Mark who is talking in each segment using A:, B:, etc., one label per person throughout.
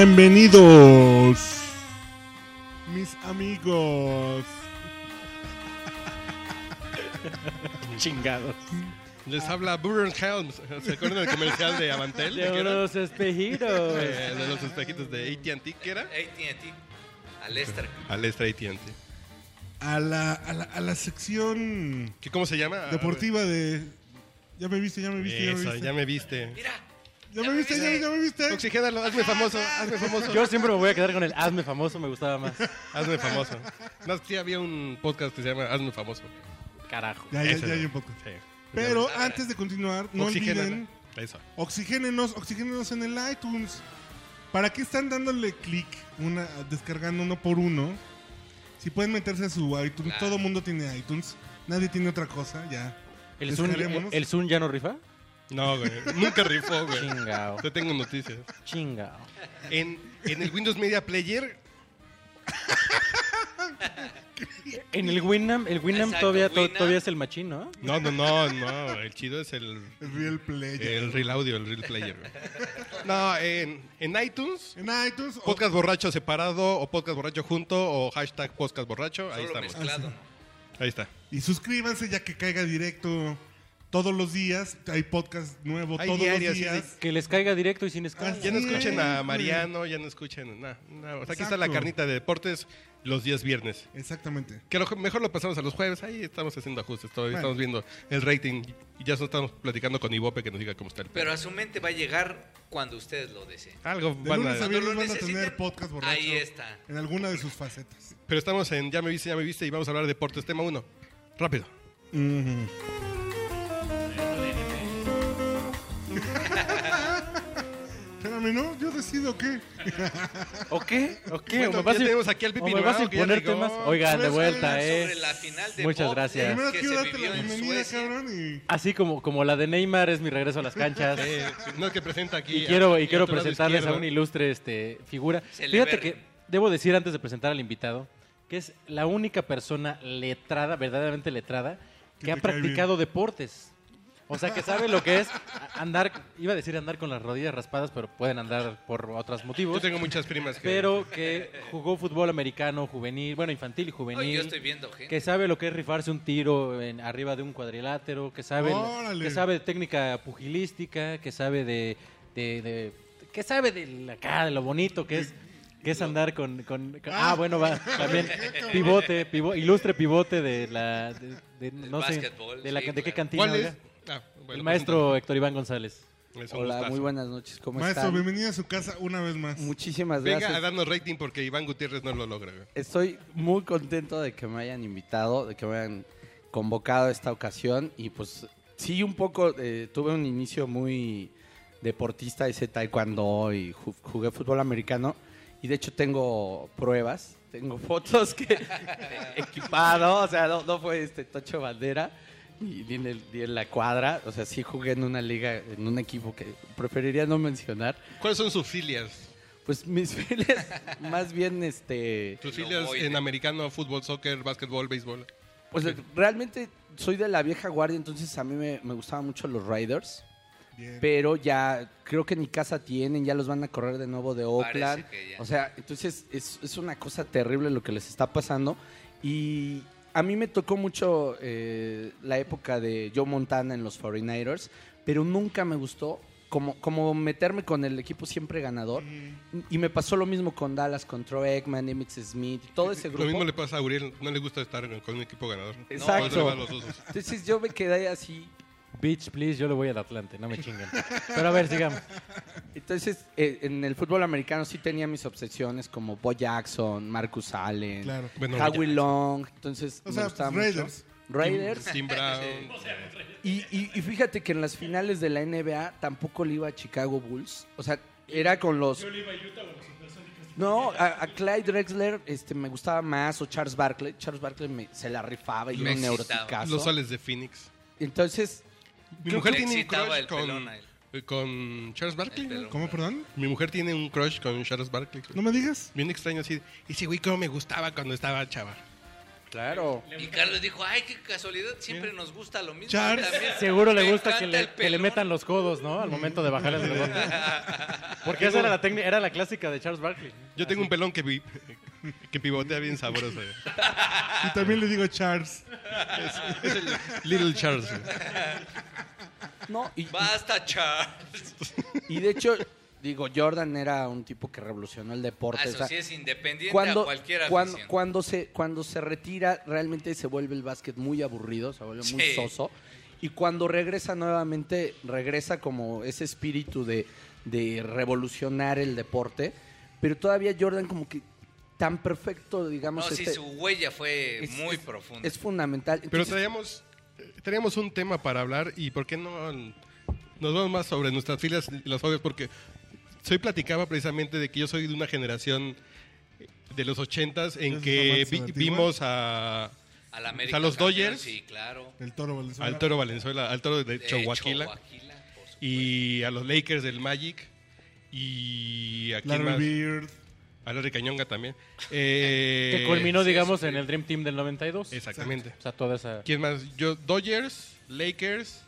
A: Bienvenidos, mis amigos.
B: Chingados.
C: Les habla Burren Helms. ¿Se acuerdan del comercial de Avantel? ¿De qué
B: De
C: era?
B: unos espejitos.
C: Eh, de los espejitos de AT&T, ¿qué era?
D: AT&T, Alestra.
C: Alestra AT&T.
A: A la, a la, a la sección
C: ¿Qué, ¿Cómo se llama? Ah,
A: deportiva de. Ya me viste, ya me viste, ya me
C: Eso,
A: viste.
C: ya me viste.
D: Mira,
A: Ya me viste, ya, ya me viste.
C: Oxigénalo, hazme famoso, hazme famoso.
B: Yo siempre me voy a quedar con el hazme famoso, me gustaba más.
C: Hazme famoso. No, sí había un podcast que se llama Hazme famoso.
B: Carajo.
A: Ya, ya,
C: Ese
A: ya
C: no.
A: hay un poco.
C: Sí.
A: Pero antes de continuar, no
C: Oxigénalo.
A: olviden,
C: Eso.
A: oxigénenos, oxigénenos en el iTunes. ¿Para qué están dándole clic, una, descargando uno por uno? Si pueden meterse a su iTunes,
D: Claro.
A: todo mundo tiene iTunes, nadie tiene otra cosa, ya.
B: ¿El Zoom,
A: Descarguémonos.
B: ¿El Zoom ya no rifa?
C: No, güey. Nunca rifó, güey.
B: Chingao.
C: Te tengo noticias.
B: Chingao.
C: En, en el Windows Media Player,
B: En el Winamp, el Winamp
D: Exacto,
B: todavía, to-
D: Winamp.
B: todavía es el machín, ¿no?
C: no, no, no, no. El chido es el,
A: Real Player.
C: el Real Audio, el Real Player. güey. No, en, en iTunes,
A: En iTunes, o-
C: podcast borracho separado o podcast borracho junto o hashtag podcast borracho. Ahí
D: solo
C: estamos. Ah,
D: mezclado.
C: Ahí está.
A: Y suscríbanse ya que caiga directo todos los días. Hay podcast nuevo
C: Hay
A: todos
C: diario,
A: los
C: así de-
A: días.
B: Que les caiga directo y sin escala.
A: Ah,
C: Ya no
A: Sí,
C: escuchen a
A: güey.
C: Mariano, ya no escuchen nada. o sea, aquí está la
A: Exacto.
C: carnita de deportes los días viernes.
A: Exactamente.
C: Que lo- mejor lo pasamos a los jueves. Ahí estamos haciendo ajustes. Todavía
A: Bueno.
C: estamos viendo el rating. Y ya solo estamos platicando con Ivope que nos diga cómo está el
D: Pero
C: pedo.
D: a su mente va a llegar cuando ustedes lo deseen.
C: Algo
A: De
C: van a-
A: lunes a
D: Cuando
A: viernes
D: lo
A: van a
D: necesiten,
A: tener podcast borracho.
D: ahí está.
A: En alguna de sus facetas.
C: Pero estamos en Ya me viste, ya me viste. Y vamos a hablar de deportes. Tema 1. Rápido.
A: Espérame, ¿no? Yo decido qué.
B: ¿O qué? ¿O qué?
C: Bueno,
B: ¿O me vas
C: ya
B: a-
C: tenemos aquí al
B: o
C: Pipi
B: me
C: Nogao,
B: vas a
C: que ya
B: imponer
C: llegó.
B: temas? Oigan, de
A: Pues,
B: vuelta, ¿eh?
D: Sobre la final de
B: Muchas
D: Bob
B: gracias.
D: Dylan
A: Primero
D: que
A: quiero
D: se
A: darte la
D: vivió en
A: bienvenida,
D: Suecia.
A: cabrón. Y
B: Así como, como la de Neymar es mi regreso a las canchas.
C: Eh, no es que presenta aquí.
B: Y quiero,
C: a-
B: y quiero
C: a tu lado
B: presentarles a
C: izquierdo.
B: una ilustre este, figura.
D: Se le
B: Fíjate
D: ver-
B: que debo decir antes de presentar al invitado que es la única persona letrada, verdaderamente letrada,
A: Que
B: que ha
A: te cae
B: practicado deportes. O sea, que sabe lo que es a- andar, iba a decir andar con las rodillas raspadas, pero pueden andar por otros
C: Yo
B: motivos.
C: tengo muchas primas que.
B: Pero que jugó fútbol americano, juvenil, bueno, infantil y
D: Oye,
B: juvenil.
D: yo estoy viendo gente.
B: Que sabe lo que es rifarse un tiro en, arriba de un cuadrilátero, que sabe,
A: Órale.
B: que sabe de técnica pugilística, que sabe de, de- de- que sabe de la cara, de lo bonito que es, que es andar con, con- con- ah,
A: Ah.
B: bueno, va, también pivote, pivo- ilustre pivote de la, de, de- no sé,
D: básquetbol,
B: de la
D: sí,
B: can- de qué
D: claro.
B: cantina,
C: ¿Cuál es?
B: oiga?
C: Ah, bueno,
B: el maestro Héctor Iván González.
C: presenta. Es un
E: Hola,
C: gustazo.
E: muy buenas noches, ¿cómo
A: maestro,
E: están?
A: bienvenido a su casa una vez más.
E: Muchísimas
C: Venga a
E: gracias.
C: darnos rating porque Iván Gutiérrez no lo logra. güey.
E: Estoy muy contento de que me hayan invitado, de que me hayan convocado a esta ocasión y pues sí, un poco, eh, tuve un inicio muy deportista, hice taekwondo y ju- jugué fútbol americano y de hecho tengo pruebas, tengo fotos que equipado, o sea, no, no fue este tocho bandera. Y ni en, el- ni en la cuadra, o sea, sí jugué en una liga, en un equipo que preferiría no mencionar,
C: ¿Cuáles son sus filias?
E: Pues mis filias, más bien, este.
C: Sus
D: Lo
C: filias
D: voy
C: en
D: de-
C: americano, fútbol, soccer, básquetbol, béisbol.
E: Pues realmente soy de la vieja guardia, entonces a mí me, me gustaban mucho los Riders.
A: Bien.
E: Pero ya creo que ni casa tienen, ya los van a correr de nuevo de Oakland.
D: que ya.
E: O sea, entonces es, es una cosa terrible lo que les está pasando. Y a mí me tocó mucho eh, la época de Joe Montana en los 49ers, pero nunca me gustó como, como meterme con el equipo siempre ganador. Y me pasó lo mismo con Dallas, con Troy Eggman, Emmitt Smith, todo ese grupo.
C: Lo mismo le pasa a Uriel, no le gusta estar en- con un equipo ganador.
E: Exacto.
C: Por eso le va a los osos.
E: Entonces yo me quedé así.
B: Bitch, please, yo le voy al Atlante, no me chinguen. Pero a ver, sigamos.
E: Entonces eh, en el fútbol americano sí tenía mis obsesiones como Bo Jackson, Marcus Allen,
A: Claro.
C: Bueno,
E: Howie
C: ya.
E: Long. Entonces
A: O
E: me
A: sea,
E: gustaba
A: pues,
E: mucho.
A: Raiders.
E: Raiders.
C: Tim Brown.
E: Y, y- y fíjate que en las finales de la NBA tampoco le iba a Chicago Bulls. O sea, era con los. No, a, a Clyde Drexler este, me gustaba más, o Charles Barkley. Charles Barkley me- se la rifaba y
D: Me
E: era un
D: excitaba.
E: neuroticazo.
C: Los sales de Phoenix.
E: Entonces,
C: Mi
D: Creo
C: mujer
D: que le
C: tiene un
D: excitaba
C: crush
D: el pelón a él.
C: con, con Charles Barkley.
D: El
C: ¿no?
D: pelón.
A: ¿Cómo, perdón?
C: Mi mujer tiene un crush con Charles Barkley.
A: ¿No me digas?
C: Bien extraño así. Ese güey cómo me gustaba cuando estaba chava.
E: claro.
D: Y Carlos dijo, ay, qué casualidad, siempre nos gusta lo mismo.
A: Charles,
D: También
B: Seguro le
D: me
B: gusta que
D: encanta
B: le,
D: el
B: que le
D: pelón.
B: metan los codos, ¿no? Al momento de bajar el rebote. Porque esa era la, técnica- era la clásica de Charles Barkley.
C: Yo tengo un pelón que, vi- que pivotea bien sabroso. eh.
D: Ah.
A: Y también le digo Charles.
C: Es el Little Charles. eh.
E: No, y,
D: Basta, Charles.
E: y de hecho, digo, Jordan era un tipo que revolucionó el deporte.
D: Ah,
E: o
D: eso
E: sea,
D: sí es independiente
E: cuando,
D: a cualquier
E: cuando,
D: afición.
E: cuando se, cuando se retira, realmente se vuelve el básquet muy aburrido, se vuelve muy
D: Sí.
E: soso. Y cuando regresa nuevamente, regresa como ese espíritu de, de revolucionar el deporte. Pero todavía Jordan como que tan perfecto, digamos,
D: no, sí,
E: este-
D: su huella fue
E: es-
D: muy
E: es-
D: profunda.
E: Es fundamental.
C: Pero
E: Entonces,
C: traíamos, eh, teníamos un tema para hablar y ¿por qué no el- nos vamos más sobre nuestras filas y las obvias? Porque soy platicaba precisamente de que yo soy de una generación de los ochentas en
A: ¿Esos
C: que
A: amantes
C: vi-
A: de la antigua?
C: vimos a,
D: Al América
C: los
D: campeón,
C: Dodgers.
D: Sí, claro.
A: El toro Valenzuela.
C: al Toro Valenzuela, al Toro de
D: De
C: Chihuahua
D: Chihuahua, por supuesto.
C: y a los Lakers del Magic y a
A: Larry
C: quién más?
A: Beard.
C: A Larry Cañonga también. Eh,
B: que culminó, digamos, en el Dream Team del 92.
C: Exactamente.
B: O sea, toda esa...
C: ¿Quién más? Yo, Dodgers, Lakers,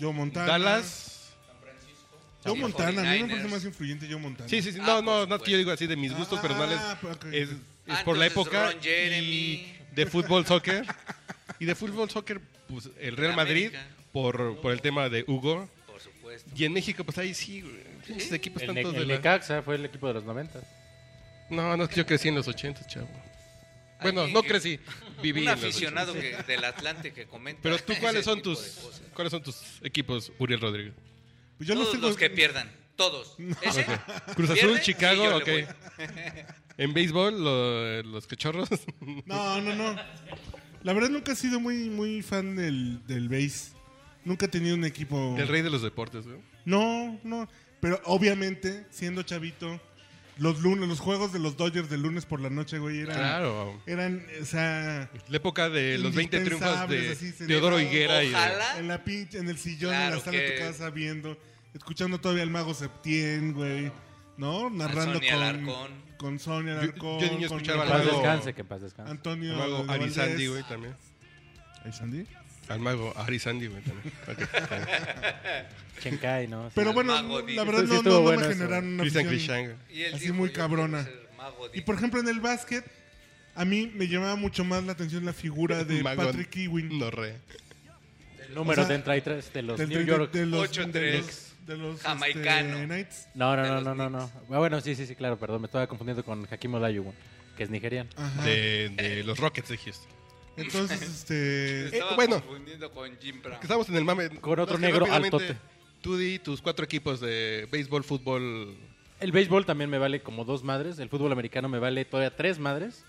A: Joe Montana.
C: Dallas.
A: Joe
D: Sí,
A: Montana. A mí me
D: 49ers.
A: parece más influyente Joe Montana.
C: Sí, sí, sí.
D: Ah,
C: No,
D: por
C: no, no es
D: supuesto.
C: que yo digo así de mis gustos
A: Ah,
C: personales.
A: ok.
C: Es, es
D: Ah,
C: por la
D: entonces,
C: época.
D: Ron Jeremy.
C: Y de fútbol, soccer. y de fútbol, soccer, pues el Real
D: La
C: Madrid
D: América.
C: por, por el tema de Hugo.
D: Por supuesto.
C: Y en México, pues ahí sí, güey, pinches equipos
B: El, Ne-
C: tantos de
B: el
C: la-
B: Necaxa fue el equipo de los 90.
C: No, no, es que yo crecí en los 80, chavo. Bueno,
D: Alguien
C: no
D: que-
C: crecí, viví
D: Un
C: en los
D: aficionado que- del Atlante que comenta.
C: 80. Pero tú,
D: ese
C: ¿cuáles son
D: tipo de
C: tus
D: cosas.
C: cuáles son tus equipos, Uriel Rodríguez?
A: Pues yo
D: todos
A: los tengo.
D: los que pierdan. Todos. ¿Ese?
C: Cruz
D: ¿Pierde?
C: Azul,
D: Sí,
C: Chicago,
D: yo
C: ok.
D: le voy.
C: En béisbol, lo- los cachorros.
A: No, no, no. La verdad nunca he sido muy, muy fan del, del base. Nunca he tenido un equipo.
C: el rey de los deportes, güey.
A: No, no. Pero obviamente, siendo chavito, los lunes, los juegos de los Dodgers del lunes por la noche, güey, eran.
C: Claro.
A: Eran, o sea,
C: La época de los 20 triunfos de
A: Indispensables, así, se
C: Teodoro
A: le da-
C: Higuera y de,
D: Ojalá.
A: en la pinche, en el sillón, en la
D: Claro
A: sala de
D: que-
A: tu casa, viendo, escuchando todavía al mago Septién, güey, ¿no? Narrando
D: Sonia
A: con,
D: Alarcón.
A: con Sonia
C: Yo-
A: Alarcón.
C: yo de niño
A: con
C: escuchaba
B: Que en
C: al
B: paz
C: mago-
B: descanse, que en paz descanse.
A: Antonio.
C: al mago
A: Valdés.
C: Arizandi, güey, también.
A: ¿Arizandi?
C: Al mago Arizandi, güey, también. Ok.
B: Chenkai, ¿no? Sí.
A: Pero bueno,
D: mago
A: la
D: Dick.
A: verdad
B: Sí,
A: no,
B: estuvo
A: no, no
B: bueno
A: me
B: eso.
A: generaron una
C: Cristian
A: afición.
C: Krishang.
D: Y él
A: Así
D: dijo,
A: muy
D: yo
A: cabrona.
D: quiero ser mago de-
A: Y por ejemplo en el básquet, a mí me llamaba mucho más la atención la figura de
C: Mago
A: Patrick Ewing.
C: No re.
B: El número
A: o sea,
B: de entra y tres de los
A: del-
B: New
A: del-
B: York.
A: de los,
D: Ocho,
A: de los-
D: tres.
A: de los, este,
D: Jamaicano.
A: Knights.
B: No, no,
D: de
B: no,
D: los
B: no, no, no. Ah, Bueno, sí, sí, sí, claro, perdón. Me estaba confundiendo con Hakim Olajuwon, que es nigeriano.
A: Ajá.
C: De, de los Rockets de Houston.
A: Entonces, este.
D: Estaba
C: bueno.
D: confundiendo con Jim Brown.
C: Que Estamos en el mame.
B: Con otro
C: Entonces,
B: negro
C: rápidamente,
B: altote.
C: Tú di tus cuatro equipos de béisbol, fútbol.
B: El béisbol también me vale como dos madres. El fútbol americano me vale todavía tres madres.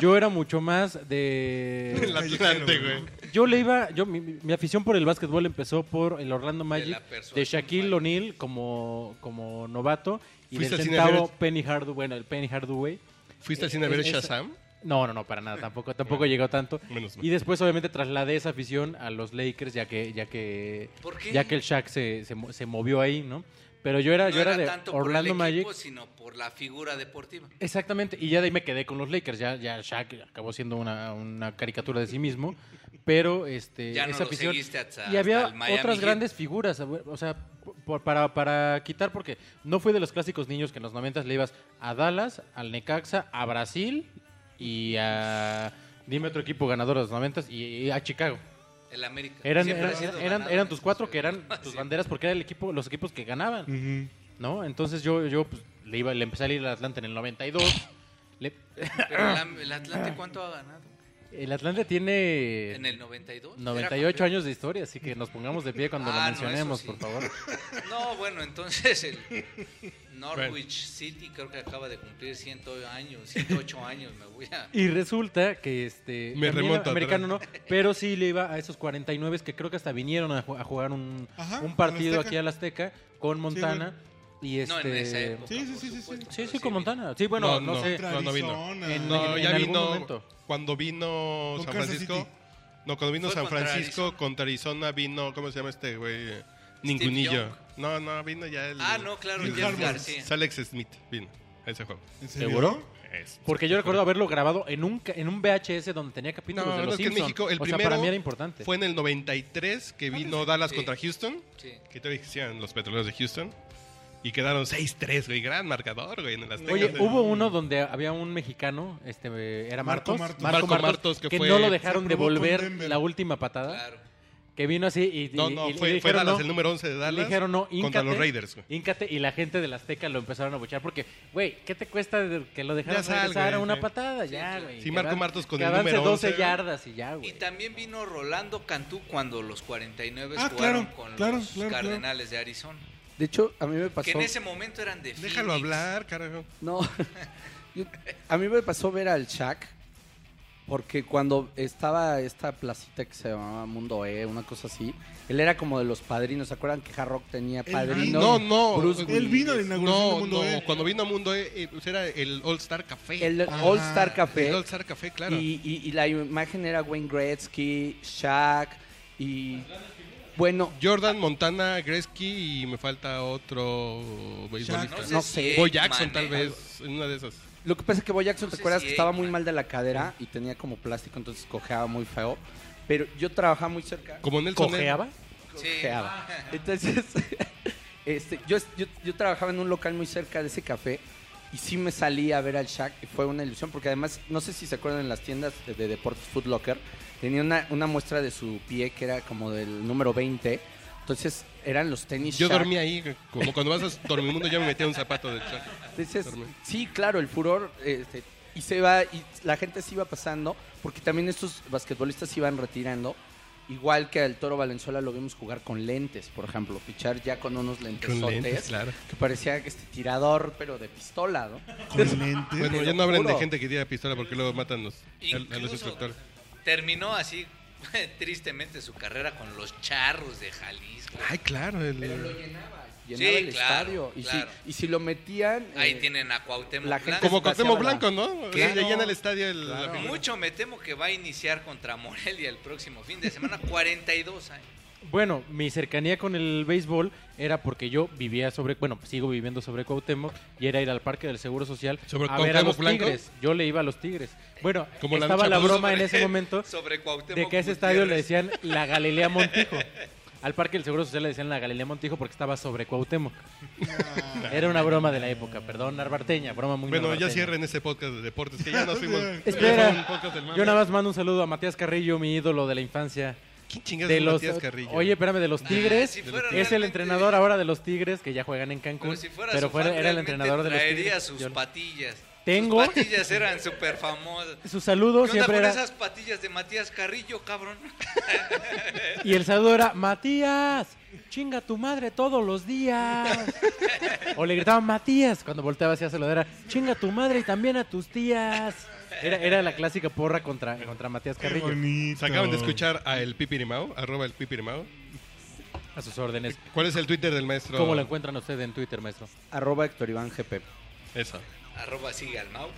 B: Yo era mucho más
C: El
B: de...
C: Atlante, güey.
B: Yo le iba... Yo, mi, mi- mi afición por el básquetbol empezó por el Orlando Magic
D: la persuasión
B: de Shaquille
D: Magic.
B: O'Neal como, como novato y del
C: ¿Fuiste al cine a
B: centavo
C: ver
B: Penny Hardaway. Bueno, el Penny Hardaway.
C: ¿Fuiste al cine a ver
B: Es- es-
C: Shazam?
B: No, no, no, para nada, tampoco, tampoco llegó tanto.
C: Menos mal.
B: Y después obviamente trasladé esa afición a los Lakers ya que, ya que,
D: ¿Por qué?
B: ya que el Shaq se, se, mo- se movió ahí, ¿no? Pero yo era,
D: No
B: yo era,
D: era
B: de
D: tanto
B: Orlando
D: por el
B: Magic.
D: equipo, sino por la figura deportiva.
B: Exactamente, y ya de ahí me quedé con los Lakers, ya, ya Shaq acabó siendo una, una caricatura de sí mismo, pero este,
D: Ya no
B: esa
D: lo
B: afición...
D: seguiste hasta-
B: y había
D: hasta el Miami
B: otras
D: Heat.
B: grandes figuras, o sea, por- para, para quitar, porque no fui de los clásicos niños que en los 90 le ibas a Dallas, al Necaxa, a Brasil y a... Dime otro equipo ganador de los 90 y, y a Chicago.
D: El América.
B: Eran,
D: Siempre
B: eran,
D: ha sido
B: eran,
D: ganador
B: eran
D: en
B: tus
D: sus
B: cuatro que eran
D: eventos.
B: tus
D: Sí.
B: banderas porque era el equipo, los equipos que ganaban.
A: ujú.
B: ¿no? Entonces yo, yo pues, le, iba, le empecé a ir al Atlanta en el 92. Le-
D: Pero el Am- el Atlante,
B: Ah.
D: ¿cuánto ha ganado?
B: el Atlanta tiene
D: En el 92.
B: 98 años de historia, así que nos pongamos de pie cuando lo
D: Ah, no,
B: mencionemos,
D: eso sí.
B: por favor.
D: años. No, bueno, entonces el Norwich City creo que acaba de cumplir 100 años, 108 años. Me voy a.
B: Y resulta que este.
C: Me
B: a mí el
C: remonta atrás.
B: Americano no, pero sí le iba a esos 49 que creo que hasta vinieron a, ju- a jugar un,
A: Ajá,
B: un partido
A: al Azteca.
B: aquí al Azteca con Montana. y este.
D: No, en esa época.
A: Sí, sí,
D: por
A: sí, sí, sí.
D: supuesto,
B: Sí,
D: pero
B: sí, con
D: vino.
B: Montana. Sí, bueno, no, sé.
A: Contra
C: No, no vino.
A: Arizona.
B: En-
C: No,
B: en
C: ya
B: algún
C: vino
B: momento.
C: cuando vino
A: Con
C: San
A: Kansas
C: Francisco.
A: City.
C: No, cuando vino
D: Fue
C: San
D: contra
C: Francisco
D: Arizona.
C: contra Arizona vino, ¿cómo se llama este güey? Ningunillo.
D: Young.
C: No, no, vino ya el
D: Ah, no, claro,
A: Bill
D: Jeff
A: Harmon.
D: García.
C: Alex Smith vino a ese juego.
A: ¿En serio?
B: ¿Seguro?
C: Es-
B: Porque yo recuerdo haberlo grabado en un, ca- en un VHS donde tenía capítulos
C: No,
B: de
C: no,
B: los
C: es que en
B: Simpson.
C: México el
B: o sea,
C: primero
B: para mí era importante.
C: Fue en el 93 que vino Dallas
D: sí.
C: contra Houston,
D: Sí.
C: que todavía existían los petroleros de Houston. Y quedaron 6-3, güey. Gran marcador, güey, en el Azteca.
B: Oye,
C: Sí.
B: hubo uno donde había un mexicano, este, era
A: Marco Martos.
B: Marcos.
C: Marco Martos, que
B: que
C: fue-
B: no lo
A: se
B: dejaron
A: probó con
B: devolver
A: Denver.
B: la última patada.
D: Claro.
B: Que vino así y, y-
C: No, no,
B: y- y
C: fue,
B: le
C: fue
B: dijeron
C: Dallas,
B: no.
C: el número 11 de Dallas.
B: Le dijeron no,
C: Contra
B: híncate,
C: los Raiders, güey.
B: híncate, y la gente del Azteca lo empezaron a buchar porque, güey, ¿qué te cuesta de- que lo dejaran
C: Ya sal,
B: regresar a
C: güey,
B: una
C: sí.
B: patada? Ya, güey.
C: Sí,
B: que
C: Marco
B: avance-
C: Martos con
B: que
C: el
B: avance
C: número
B: 12
C: 11,
B: yardas y ya, güey.
D: Y también vino Rolando Cantú cuando los 49
A: Ah,
D: jugaron
A: claro,
D: con
A: claro,
D: los
A: claro, claro.
D: Cardenales de Arizona.
E: De hecho, a mí me pasó.
D: Que en ese momento eran de
C: Déjalo
D: Phoenix.
C: hablar, carajo.
E: No. Yo- a mí me pasó ver al Shaq. Porque cuando estaba esta placita que se llamaba Mundo E, una cosa así, él era como de los padrinos. ¿Se acuerdan que Hard Rock tenía
A: Él
E: padrinos?
C: No, no.
E: Bruce
A: Él vino a la inauguración
C: No,
A: del Mundo
C: no.
A: E.
C: Cuando vino a Mundo E, eh, pues era el All Star Café.
E: El
A: Ajá,
E: All Star Café.
C: Ah, El All Star Café, claro.
E: Y, y- y la imagen era Wayne Gretzky, Shaq y... Bueno,
C: Jordan, Montana, Gretzky y me falta otro beisbolista.
D: No sé,
E: No
D: si
E: sé.
C: Bo
D: Eggman,
C: Jackson, tal
D: eh,
C: vez. en Una de esas.
E: Lo que pasa es que Bo Jackson,
D: No
E: ¿te
D: sé
E: acuerdas
D: si ah.
E: que estaba
D: Eggman.
E: muy mal de la cadera y tenía como plástico, entonces cojeaba muy feo? Pero yo trabajaba muy cerca.
C: Como Nelson.
B: ¿Cojeaba?
D: Sí.
E: Cojeaba. Entonces, este, yo, yo, yo trabajaba en un local muy cerca de ese café y sí me salí a ver al Shaq y fue una ilusión porque además, no sé si se acuerdan en las tiendas de, de deportes Food Locker, tenía una, una muestra de su pie que era como del número 20. Entonces eran los tenis
C: Yo
E: Shaq.
C: dormí ahí, como cuando vas a Dormimundo yo me metía un zapato de Chuck.
E: Entonces,
C: Dormir.
E: sí, claro, el furor. este, y se va, y la gente se iba pasando, porque también estos basquetbolistas se iban retirando. Igual que al Toro Valenzuela lo vimos jugar con lentes, por ejemplo, pichar ya con unos lentesotes.
C: claro.
E: Que parecía este tirador, pero de pistola, ¿no?
A: Con lentes.
C: Bueno,
E: Te
C: ya
E: lo
C: no hablan de
E: juro.
C: gente que tira pistola porque luego matan los- a- a los
D: Incluso
C: instructores.
D: Terminó así tristemente su carrera con los charros de Jalisco.
C: Ay, claro. el-
E: Pero lo llenaba, llenaba
D: Sí,
E: el
D: claro,
E: estadio. Y,
D: claro.
E: si, y si lo metían.
D: Ahí
E: eh,
D: tienen a Cuauhtémoc
E: la gente
D: Blanco.
C: Como Cuauhtémoc Blanco,
E: Espaciaba.
C: ¿no?
E: Claro.
C: Le llena el estadio el- la
E: Claro.
C: figura.
D: Mucho me temo que va a iniciar contra Morelia el próximo fin de semana. 42 años.
B: Bueno, mi cercanía con el béisbol era porque yo vivía sobre, bueno, sigo viviendo sobre Cuauhtémoc y era ir al Parque del Seguro Social
C: ¿Sobre
B: a ver a
C: Cuauhtémoc
B: los
C: Blanco?
B: Tigres. Yo le iba a los Tigres. Bueno,
C: Como la
B: estaba
C: lucha
B: la,
C: rusa.
B: broma en ese momento
D: Sobre Cuauhtémoc
B: de que a ese
D: Gutiérrez.
B: estadio le decían la Galilea Montijo. Al Parque del Seguro Social le decían la Galilea Montijo porque estaba sobre Cuauhtémoc. Era una broma de la época, perdón, narbarteña, broma muy
C: Ah. Bueno, ya
B: narbarteña.
C: cierren ese podcast de deportes, que ya nos fuimos.
B: Espera.
C: Ya fue un podcast del mame.
B: Yo nada más mando un saludo a Matías Carrillo, mi ídolo de la infancia.
C: ¿Quién chingas
B: De
C: es
B: los,
C: Matías Carrillo?
B: oye, espérame, de los
D: Ah,
B: Tigres.
D: si fuera
B: es el
D: realmente-
B: entrenador ahora de los Tigres que ya juegan en Cancún.
D: Pero
B: Pero,
D: si fuera, su
B: fuera-
D: fan,
B: era el
D: realmente
B: entrenador de los
D: traería
B: Tigres.
D: sus
B: Yo-
D: patillas.
B: Tengo-
D: Sus patillas eran súper famosas.
B: su
D: ¿Qué
B: saludo
D: onda
B: siempre
D: con
B: era.
D: esas patillas de Matías Carrillo, cabrón?
B: Y el saludo era: Matías, chinga tu madre todos los días. o le gritaban: Matías, cuando volteaba hacia saludar, era: chinga tu madre y también a tus tías. Era, era la clásica porra contra, contra Matías
A: Qué
B: Carrillo.
A: bonito.
C: Se acaban de escuchar a el Pipirimao, arroba el Pipirimao.
B: A sus órdenes.
C: ¿Cuál es el Twitter del maestro?
B: ¿Cómo lo encuentran ustedes en Twitter, maestro?
E: Arroba Héctor Iván GP.
C: Eso.
D: Arroba sigue al Mau.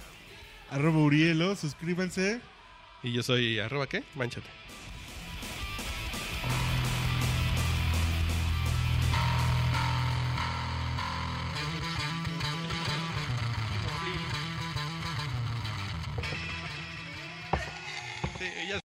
A: Arroba Urielo, suscríbanse.
C: Y yo soy arroba qué? Manchate. Sí, ya